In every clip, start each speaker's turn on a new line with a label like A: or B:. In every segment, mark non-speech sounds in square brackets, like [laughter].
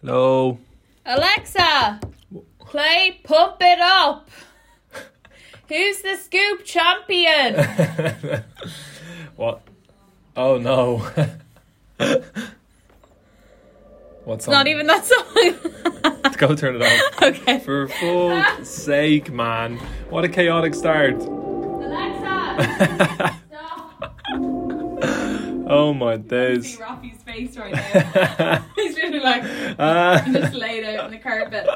A: Hello.
B: Alexa, play Pump It Up. Who's the scoop champion?
A: [laughs] what? Oh no. [laughs] What's
B: It's not even that song.
A: [laughs]
B: [laughs]
A: Go turn it off.
B: okay.
A: For
B: [laughs]
A: fuck's sake, man. What a chaotic start. [laughs]
B: Alexa, stop.
A: oh my
B: See
A: days.
B: Rafi's face right now. He's really like just
A: Uh,
B: laid out on the carpet.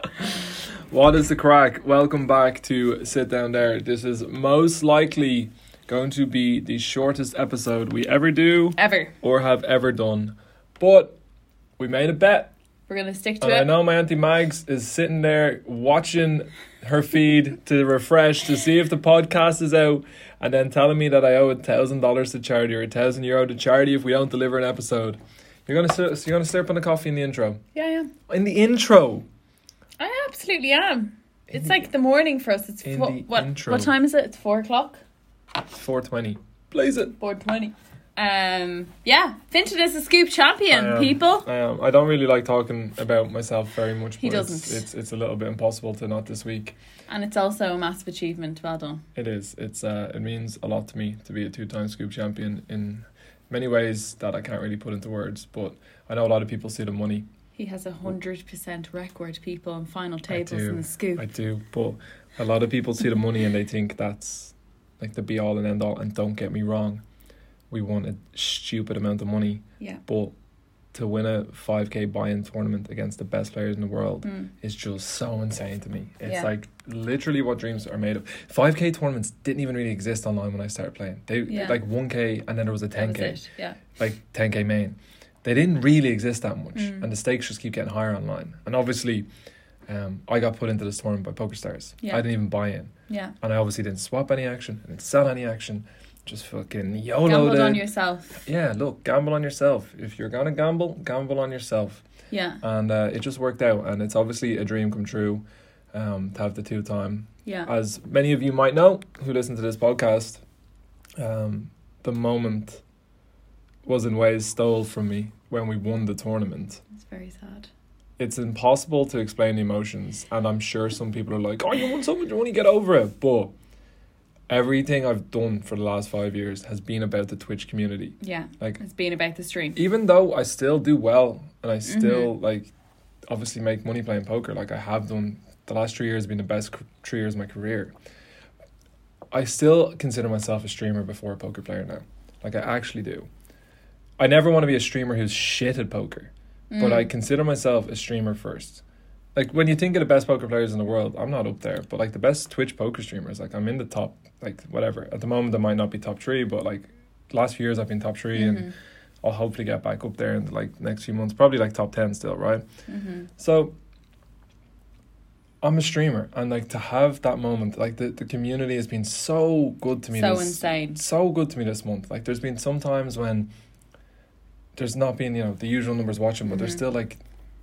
A: what is the crack? Welcome back to Sit Down There. This is most likely going to be the shortest episode we ever do
B: Ever.
A: or have ever done. But we made a bet.
B: We're gonna stick to
A: And Oh, I
B: it.
A: know my auntie Mags is sitting there watching her feed to refresh to see if the podcast is out, and then telling me that I owe a thousand dollars to charity or a thousand euro to charity if we don't deliver an episode. You're gonna slur- so you're gonna slurp on the coffee in the intro.
B: Yeah, I am.
A: In the intro.
B: I absolutely am. It's like the morning for us. It's
A: in
B: four,
A: the
B: what?
A: intro.
B: What time is it? It's four o'clock.
A: Four twenty. Blaze it.
B: Four twenty. Um. Yeah. Finton is the scoop champion.
A: I am.
B: People.
A: I am. Um, I don't really like talking about myself very much.
B: He
A: but it's-
B: doesn't.
A: It's, it's a little bit impossible to not this week.
B: And it's also a massive achievement. Well done.
A: It is. It's uh, it means a lot to me to be a two-time scoop champion in many ways that I can't really put into words. But I know a lot of people see the money.
B: He has a hundred percent record, people, on final tables
A: do.
B: in the scoop.
A: I do, but a lot of people see the money and they think that's like the be all and end all. And don't get me wrong, we won a stupid amount of money,
B: yeah.
A: but to win a five k buy-in tournament against the best players in the world
B: Mm.
A: is just so insane to me. It's
B: Yeah.
A: like literally what dreams are made of. Five k tournaments didn't even really exist online when I started playing. They
B: Yeah.
A: like one k and then there was a
B: That
A: ten
B: was
A: k,
B: it. Yeah.
A: like ten k main. They didn't really exist that much,
B: Mm.
A: and the stakes just keep getting higher online. And obviously, um, I got put into this tournament by PokerStars.
B: Yeah.
A: I didn't even buy in,
B: Yeah.
A: and I obviously didn't swap any action, I didn't sell any action, just fucking YOLO.
B: Gambled on
A: would
B: yourself.
A: Oh, yeah, look, gamble on yourself. If you're gonna gamble, gamble on yourself
B: Yeah.
A: and uh, it just worked out and it's obviously a dream come true um, to have the two time
B: Yeah.
A: as many of you might know who listen to this podcast um, the moment was in ways stole from me when we won the tournament
B: It's very sad.
A: it's impossible to explain the emotions and i'm sure some people are like oh you won so much money get over it but everything i've done for the last five years has been about the twitch community
B: Yeah.
A: like
B: It's been about the stream.
A: even though I still do well and I still like obviously make money playing poker, like I have done the last three years have been the best c- three years of my career. I still consider myself a streamer before a poker player now. Like I actually do. I never want to be a streamer who's shit at poker,
B: Mm.
A: but I consider myself a streamer first. Like when you think of the best poker players in the world, I'm not up there, but like the best Twitch poker streamers, like I'm in the top, like whatever. At the moment, I might not be top three, but like last few years I've been top 3 and
B: Mhm.
A: I'll hopefully get back up there in the, like next few months, probably like top ten still, right?
B: Mhm.
A: So I'm a streamer, and like to have that moment, like the, the community has been so good to me.
B: So
A: this,
B: insane.
A: So good to me this month. Like there's been some times when there's not been you know the usual numbers watching, but there's
B: Mhm.
A: still like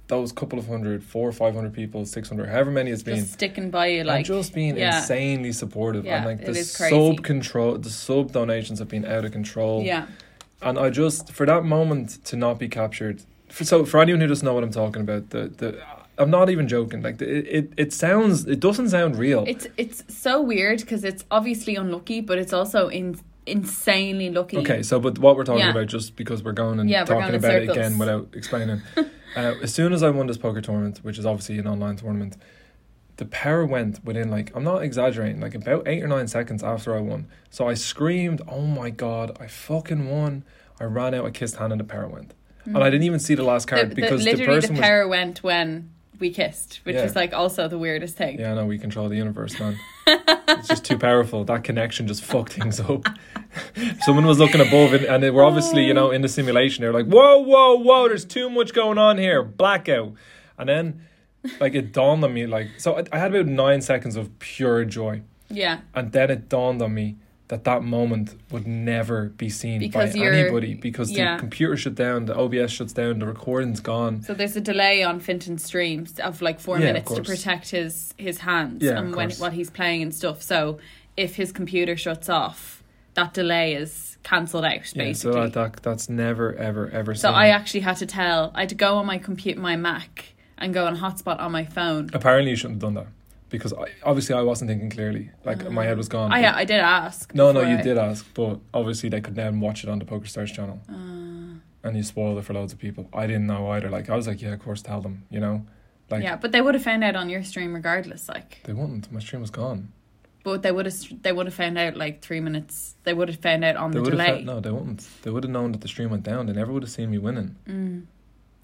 A: those couple of hundred, four or five hundred people, six hundred, however many it's been.
B: Just sticking by you,
A: and
B: like
A: just being
B: yeah.
A: insanely supportive,
B: Yeah,
A: and like
B: it
A: the
B: is crazy.
A: sub control, the sub donations have been out of control.
B: yeah,
A: And I just for that moment to not be captured. For, so for anyone who doesn't know what I'm talking about, the the I'm not even joking. Like the, it, it it sounds it doesn't sound real.
B: it's it's so weird because it's obviously unlucky, but it's also in, insanely lucky.
A: okay, so but what we're talking
B: Yeah.
A: about just because we're going and
B: Yeah, we're
A: talking
B: going in
A: about it
B: circles.
A: again without explaining.
B: [laughs]
A: uh, as soon as I won this poker tournament, which is obviously an online tournament, the power went within like I'm not exaggerating, like about eight or nine seconds after I won. So I screamed, "Oh my god, I fucking won!" I ran out, I kissed Hannah, and the power went, and I didn't even see the last
B: Hmm. The-
A: card
B: the-
A: because the,
B: literally
A: person
B: the
A: was
B: power went when we kissed, which
A: Yeah.
B: was like also the weirdest thing.
A: Yeah, I know we control the universe, man. it's just too powerful. That connection just fucked things up. [laughs] Someone was looking above, and, and they were obviously, you know, in the simulation. They were like, "Whoa, whoa, whoa! There's too much going on here. Blackout." And then, like, it dawned on me. Like, so I, I had about nine seconds of pure joy,
B: yeah.
A: and then it dawned on me that that moment would never be seen
B: Because
A: by
B: you're-
A: anybody because
B: yeah.
A: the computer shut down, the OBS shuts down, the recording's gone.
B: So there's a delay on Finton's streams of like four
A: Yeah, of
B: minutes to
A: course.
B: protect his his hands
A: Yeah,
B: and
A: of
B: when
A: course.
B: what he's playing and stuff. So if his computer shuts off, that delay is cancelled out basically.
A: Yeah, so
B: so
A: that, that that's never ever ever. seen.
B: I actually had to tell I had to go on my compute my Mac and go on hotspot on my phone.
A: Apparently, you shouldn't have done that because I, obviously I wasn't thinking clearly. Like my head was gone.
B: I,
A: but-
B: I did ask.
A: No, no,
B: before
A: you
B: I-
A: did ask, but obviously they could then watch it on the Poker Stars channel,
B: Uh,
A: and you spoiled it for loads of people. I didn't know either. Like I was like, yeah, of course, tell them. You know, like
B: yeah, but they would have found out on your stream regardless. Like,
A: they wouldn't. My stream was gone.
B: but they would have they would have found out like three minutes. They would have found out on
A: They
B: the
A: would
B: delay.
A: have no, they wouldn't. They would have known that the stream went down. They never would have seen me winning.
B: Mm.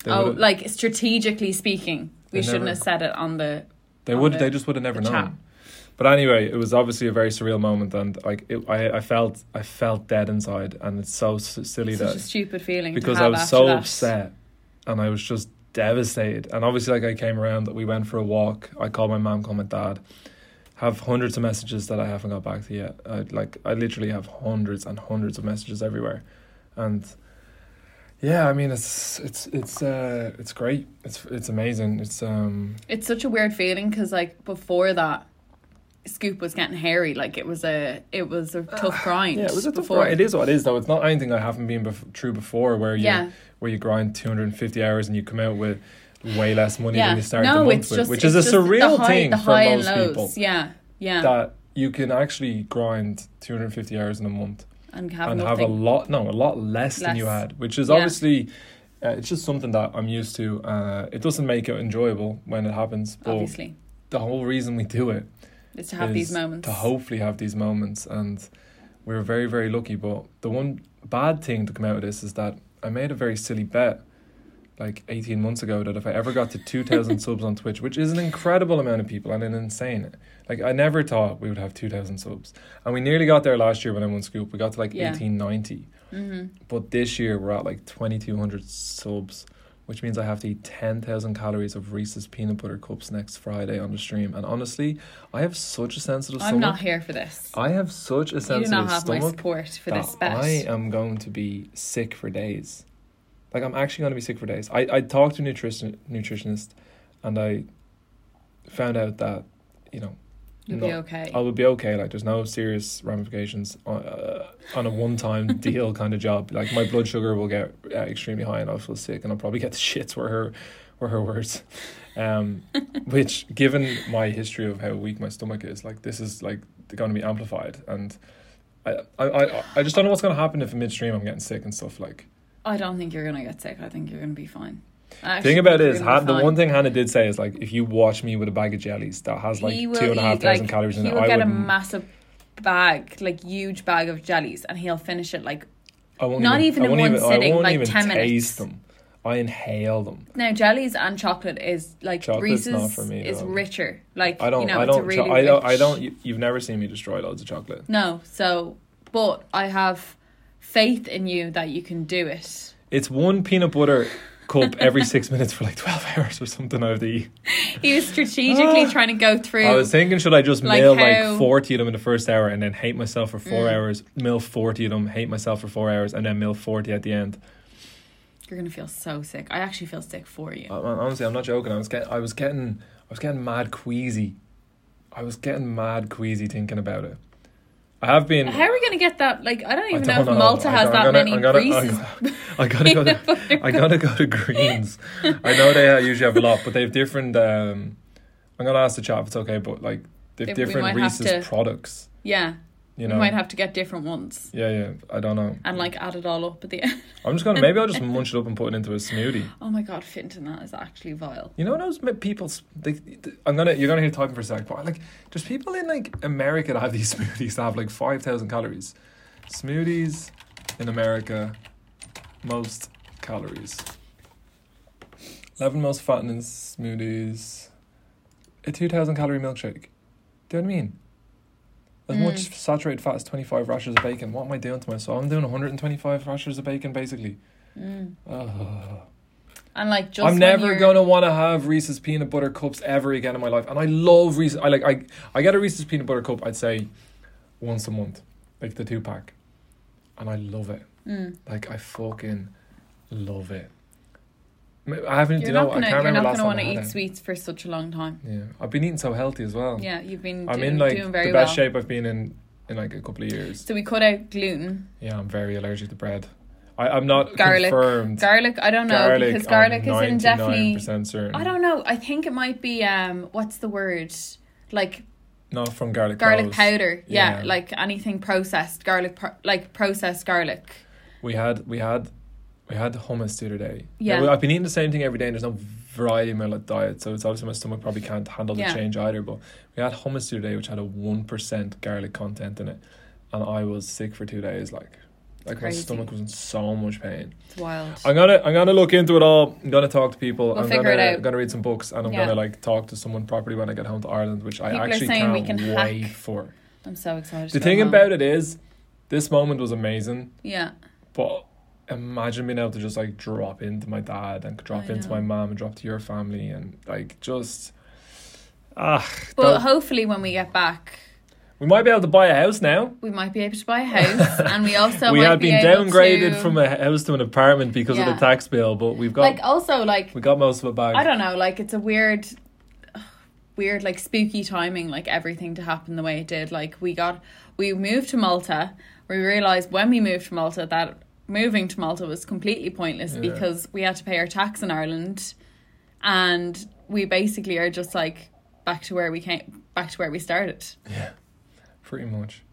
A: They
B: Oh,
A: would've-
B: like strategically speaking, we
A: They
B: shouldn't
A: never-
B: have said it on the.
A: They
B: on
A: would.
B: the-
A: they just would have never
B: the
A: known.
B: chat.
A: But anyway, it was obviously a very surreal moment, and like it, I, I felt, I felt dead inside, and it's so s- silly
B: Such a
A: that
B: stupid feeling. to
A: because
B: have
A: I was
B: after
A: so
B: that.
A: upset, and I was just devastated. And obviously, like I came around, that we went for a walk. I called my mom, called my dad. Have hundreds of messages that I haven't got back to yet. I like, I literally have hundreds and hundreds of messages everywhere, and yeah, I mean, it's it's it's uh, it's great. It's it's amazing. It's um,
B: It's such a weird feeling because like before that, Scoop was getting hairy. Like it was a it was
A: [sighs]
B: a tough grind.
A: Yeah, it was a tough
B: before.
A: grind. It is what it is, though. It's not anything I haven't been bef- true before, where you
B: Yeah.
A: where you grind two hundred and fifty hours and you come out with way less money
B: yeah.
A: than you started
B: no,
A: the month
B: it's
A: with,
B: just,
A: which
B: it's
A: is a
B: just the
A: surreal
B: high-
A: thing
B: the
A: for
B: high and
A: most
B: lows.
A: people.
B: Yeah, yeah,
A: That you can actually grind two hundred and fifty hours in a month
B: and have
A: and
B: nothing.
A: have a lot, no, a lot less, than you
B: Less.
A: had, which is
B: Yeah.
A: obviously. Uh, it's just something that I'm used to. Uh, it doesn't make it enjoyable when it happens, but
B: obviously,
A: the whole reason we do it
B: is to have
A: is
B: these moments.
A: to hopefully have these moments and we were very very lucky but the one bad thing to come out of this is that i made a very silly bet like 18 months ago that if i ever got to
B: [laughs]
A: 2000 subs on twitch which is an incredible amount of people and an insane like i never thought we would have 2000 subs and we nearly got there last year when i won scoop we got to like
B: Yeah.
A: 1890
B: hmm
A: but this year we're at like 2200 subs which means I have to eat 10,000 calories of Reese's peanut butter cups next Friday on the stream. And honestly, I have such a sensitive
B: I'm
A: stomach.
B: not here for this.
A: I have such a
B: you do
A: sensitive
B: not have my
A: stomach
B: support for
A: that
B: this bet.
A: I am going to be sick for days. Like I'm actually going to be sick for days. I I talked to a nutrition nutritionist, and I found out that you know
B: You'll be
A: no,
B: okay.
A: I will be okay. Like there's no serious ramifications on, uh, on a one time
B: [laughs]
A: deal kind of job. Like my blood sugar will get uh, extremely high and I'll feel sick and I'll probably get the [laughs] shits were her were her words.
B: [laughs]
A: Um, which given my history of how weak my stomach is, like this is like going to be amplified and. I, I, I, I just don't know what's going to happen if midstream I'm getting sick and stuff like.
B: I don't think you're gonna get sick. I think you're gonna be fine.
A: The thing about it is, Han, the one thing Hannah did say is like, if you watch me with a bag of jellies that has like
B: He
A: two
B: will
A: and a half
B: eat,
A: thousand
B: like,
A: calories in
B: he
A: it,
B: will
A: I
B: get a
A: wouldn't.
B: massive bag, like huge bag of jellies, and he'll finish it like
A: I won't
B: Not even
A: I
B: in
A: won't
B: one
A: even, I
B: sitting,
A: won't
B: like
A: even
B: 10 minutes.
A: taste them. I inhale them.
B: now jellies and chocolate is like
A: Chocolate's
B: Reese's
A: not for me,
B: is
A: though.
B: richer. Like
A: I don't.
B: you know,
A: I don't.
B: it's a really
A: I don't. I
B: rich-
A: don't. You, you've never seen me destroy loads of chocolate.
B: No, so but I have faith in you that you can do it.
A: It's one peanut butter cup every
B: [laughs]
A: six minutes for like twelve hours or something. I have to eat.
B: He
A: [gasps]
B: was strategically
A: Ah.
B: trying to go through.
A: I was thinking, should I just
B: Like
A: mail
B: how- Mm.
A: like forty of them in the first hour and then hate myself for four hours? Mill forty of them, hate myself for four hours, and then mill forty at the end.
B: You're gonna feel so sick. I actually feel sick for you.
A: I- I- honestly, I'm not joking. I was getting. I was getting. I was getting mad queasy. I was getting mad queasy thinking about it. I have been.
B: How are we gonna get that? Like I don't
A: I
B: even know
A: don't
B: if Malta
A: I
B: has
A: don't-
B: that
A: I'm
B: many
A: gonna- I'm gonna-
B: Reese's.
A: I gotta
B: [laughs]
A: go. To, I gotta go to Greens. I know they uh, usually have a lot, but they have different. Um, I'm gonna ask the chat if it's okay, but like they have
B: If we might
A: different
B: have
A: Reese's
B: to-
A: products.
B: Yeah,
A: You know.
B: we might have to get different ones
A: yeah, yeah. I don't know.
B: and like add it all up at the end. [laughs]
A: I'm just gonna maybe I'll just munch it up and put it into a smoothie.
B: Oh my god, Finton, that is actually vile.
A: You know those mi- people. s- They, th- I'm gonna. You're gonna hear typing for a sec, but like, there's people in like America that have these [laughs] smoothies that have like five thousand calories. Smoothies in America, most calories. Eleven most fattening smoothies. A two thousand calorie milkshake. Do you know what I mean? As much
B: Mm.
A: saturated fat as twenty five rashers of bacon. What am I doing to myself? I'm doing one hundred and twenty five rashers of bacon basically. [sighs]
B: Mm.
A: Ugh.
B: And like just
A: I'm
B: when
A: never
B: you're-
A: gonna want to have Reese's peanut butter cups ever again in my life, and I love Reese's. I like I I get a Reese's peanut butter cup. I'd say once a month, like the two pack, and I love it.
B: Mm.
A: Like I fucking love it. M- I haven't.
B: You're
A: you know,
B: not
A: I
B: gonna
A: can't
B: you're
A: remember
B: not
A: last
B: gonna
A: time
B: want
A: I
B: to
A: had
B: eat
A: it.
B: sweets for such a long time.
A: Yeah, I've been eating so healthy as well.
B: Yeah, you've been
A: I'm
B: doing,
A: in like
B: doing very
A: the best
B: well.
A: shape I've been in in like a couple of years.
B: So we cut out gluten.
A: Yeah, I'm very allergic to bread. I, I'm not
B: Garlic.
A: confirmed.
B: Garlic, I don't know because garlic is in definitely.
A: percent certain.
B: I don't know. I think it might be um. What's the word? Like
A: Not from garlic.
B: garlic
A: cloves.
B: powder. Yeah,
A: Yeah.
B: like anything processed garlic, pro- like processed garlic.
A: We had we had we had hummus the other day.
B: Yeah.
A: Now, I've been eating the same thing every day, and there's no variety in my like, diet, so it's obviously my stomach probably can't handle the
B: Yeah.
A: change either. But we had hummus the other day, which had a one percent garlic content in it, and I was sick for two days. Like, like my
B: Crazy.
A: stomach was in so much pain.
B: It's wild.
A: I'm gonna I'm gonna look into it all. I'm gonna talk to people.
B: We'll
A: I'm
B: figure
A: gonna
B: it out.
A: I'm gonna read some books, and I'm
B: Yeah.
A: gonna like talk to someone properly when I get home to Ireland, which
B: People
A: I
B: are
A: actually
B: saying
A: can't
B: we can
A: wait
B: hack
A: for.
B: I'm so excited.
A: The thing about it is, this moment was amazing.
B: yeah,
A: But imagine being able to just like drop into my dad and drop
B: I
A: into
B: know.
A: my mom and drop to your family and like just ah,
B: but
A: don't-
B: hopefully when we get back,
A: we might be able to buy a house now.
B: we might be able to buy a house, and we also
A: we
B: might
A: had
B: be
A: been
B: able
A: downgraded
B: to-
A: from a house to an apartment because of
B: Yeah.
A: the tax bill, but we've got
B: like also like
A: we got most of it back.
B: I don't know, like it's a weird weird like spooky timing like everything to happen the way it did. Like we got we moved to Malta. We realized when we moved to Malta that moving to Malta was completely pointless
A: Yeah.
B: because we had to pay our tax in Ireland and we basically are just like back to where we came back to where we started.
A: Yeah, pretty much,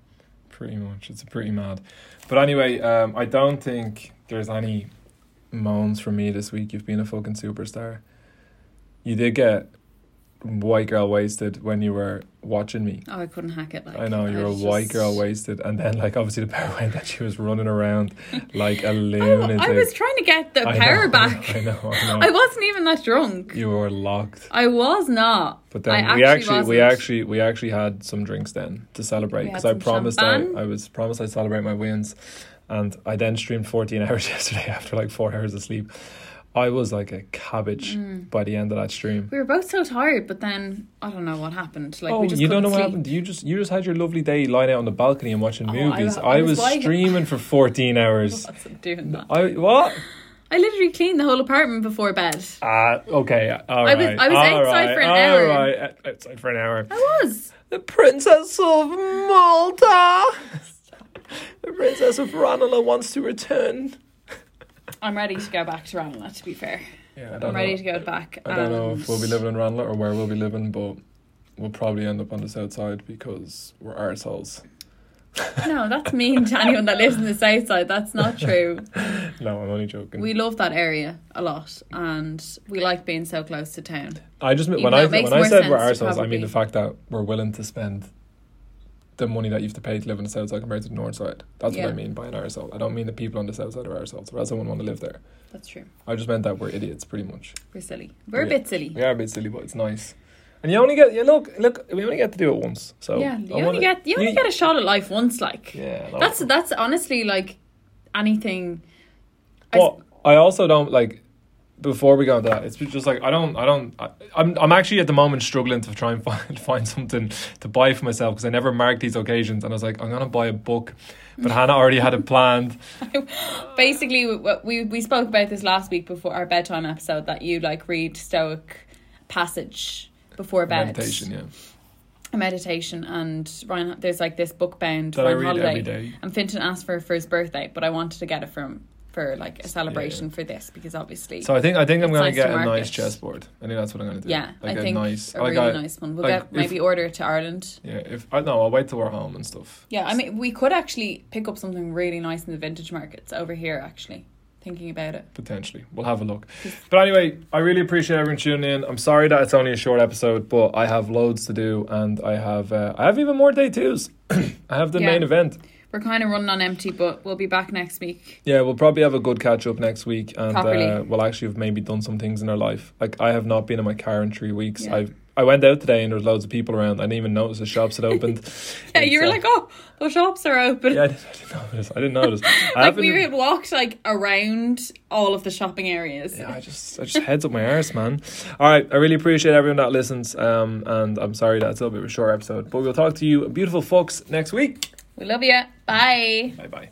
A: pretty much. It's pretty mad. But anyway, um, I don't think there's any moans from me this week. You've been a fucking superstar. You did get white girl wasted when you were watching me.
B: Oh, I couldn't hack it like
A: I know you were a
B: was
A: white
B: just-
A: girl wasted, and then like obviously the power went that she was running
B: [laughs]
A: around like a
B: I, w-
A: lunatic.
B: Oh, I was trying to get the
A: I know,
B: power
A: I know,
B: back. [laughs]
A: I know, I know.
B: I wasn't even that drunk.
A: you were locked.
B: I was not.
A: But then
B: I
A: we actually
B: actually
A: we
B: wasn't.
A: actually we actually had some drinks then to celebrate
B: We had
A: because I
B: some
A: promised I,
B: champagne.
A: I was promised I'd celebrate my wins, and I then streamed fourteen [laughs] hours yesterday after like four hours of sleep. I was like a cabbage
B: Mm.
A: by the end of that stream.
B: We were both so tired, but then I don't know what happened. Like
A: Oh,
B: we just
A: you don't
B: couldn't
A: know what
B: sleep.
A: happened? You just you just had your lovely day lying out on the balcony and watching
B: Oh, I
A: movies.
B: wa-
A: I,
B: I was
A: was,
B: like-
A: streaming
B: [laughs]
A: for fourteen hours.
B: What's it doing that?
A: I what?
B: I literally cleaned the whole apartment before bed.
A: Ah, okay. All
B: I was-
A: right,
B: I was
A: all
B: outside for an
A: right,
B: hour.
A: all right, o- Outside for an hour.
B: I was.
A: The Princess of Malta. the Princess of Ranelagh wants to return.
B: I'm ready to go back to Ranelagh. To be fair,
A: Yeah, I
B: I'm ready to go back.
A: I don't know if we'll be
B: and-
A: living in Ranelagh or where we'll be living, but we'll probably end up on the south side because we're arseholes.
B: No, that's mean to anyone that lives in the south side.
A: [laughs]
B: That's not true.
A: No, I'm only joking.
B: We love that area a lot, and we like being so close to town.
A: I just mean- when
B: Even though
A: I
B: it makes
A: when I
B: more
A: said we're
B: sense to
A: arseholes, I mean the
B: probably-
A: fact that we're willing to spend the money that you have to pay to live on the south side compared to the north side. That's
B: Yeah.
A: what I mean by an arsehole. I don't mean the people on the south side are arseholes, or else I wouldn't want to live there.
B: That's true.
A: I just meant that we're idiots, pretty much.
B: We're silly. We're a
A: Yeah.
B: bit silly.
A: We are a bit silly, but it's nice. And you only get you look look we only get to do it once. So
B: yeah,
A: I
B: you only
A: wanna-
B: get you only
A: you-
B: get a shot at life once. Like
A: Yeah, no.
B: that's that's honestly like anything. I s-
A: But I also don't like. Before we go into that, it's just like I don't, I don't, I, I'm, I'm actually at the moment struggling to try and find [laughs] find something to buy for myself because I never mark these occasions, and I was like, I'm gonna buy a book, but Hannah already had it
B: [laughs]
A: planned.
B: basically we, we we spoke about this last week before our bedtime episode that you like read stoic passage before bed
A: Meditation, yeah,
B: A meditation and Ryan there's like this book bound
A: that I
B: Ryan
A: read
B: Holiday
A: every day.
B: and Finton asked for it for his birthday but I wanted to get it from for like a celebration for this because obviously
A: So I think, I think I'm
B: It's
A: gonna
B: nice
A: get
B: to
A: a
B: mark
A: nice
B: it.
A: chessboard. I think that's what I'm gonna do.
B: yeah
A: like
B: I
A: a
B: think
A: nice,
B: a
A: like
B: really
A: a-
B: nice one we'll
A: like,
B: get
A: if-
B: maybe order it to Ireland
A: Yeah, if I no, I'll wait till we're home and stuff.
B: yeah I mean we could actually pick up something really nice in the vintage markets over here actually thinking about it
A: potentially. We'll have a look. But anyway, I really appreciate everyone tuning in. I'm sorry that it's only a short episode, but I have loads to do, and I have uh, I have even more day twos. [clears throat] I have the
B: Yeah.
A: main event.
B: we're kind of running on empty but we'll be back next week
A: Yeah, we'll probably have a good catch up next week, and uh,
B: Properly.
A: we'll actually have maybe done some things in our life. Like I have not been in my car in three weeks.
B: Yeah.
A: I've I went out today and there was loads of people around. I didn't even notice the shops had opened.
B: [laughs] Yeah, you were
A: It's, uh,
B: like, oh, the shops are open.
A: yeah, I didn't, I didn't [laughs] notice. I didn't notice. I
B: like we
A: haven't-
B: were walked like around all of the shopping areas.
A: Yeah, I just I just heads up my arse, man. All right, I really appreciate everyone that listens. Um, and I'm sorry that it's a little bit of a short episode, but we'll talk to you, beautiful folks, next week.
B: We love you. Bye.
A: Bye bye.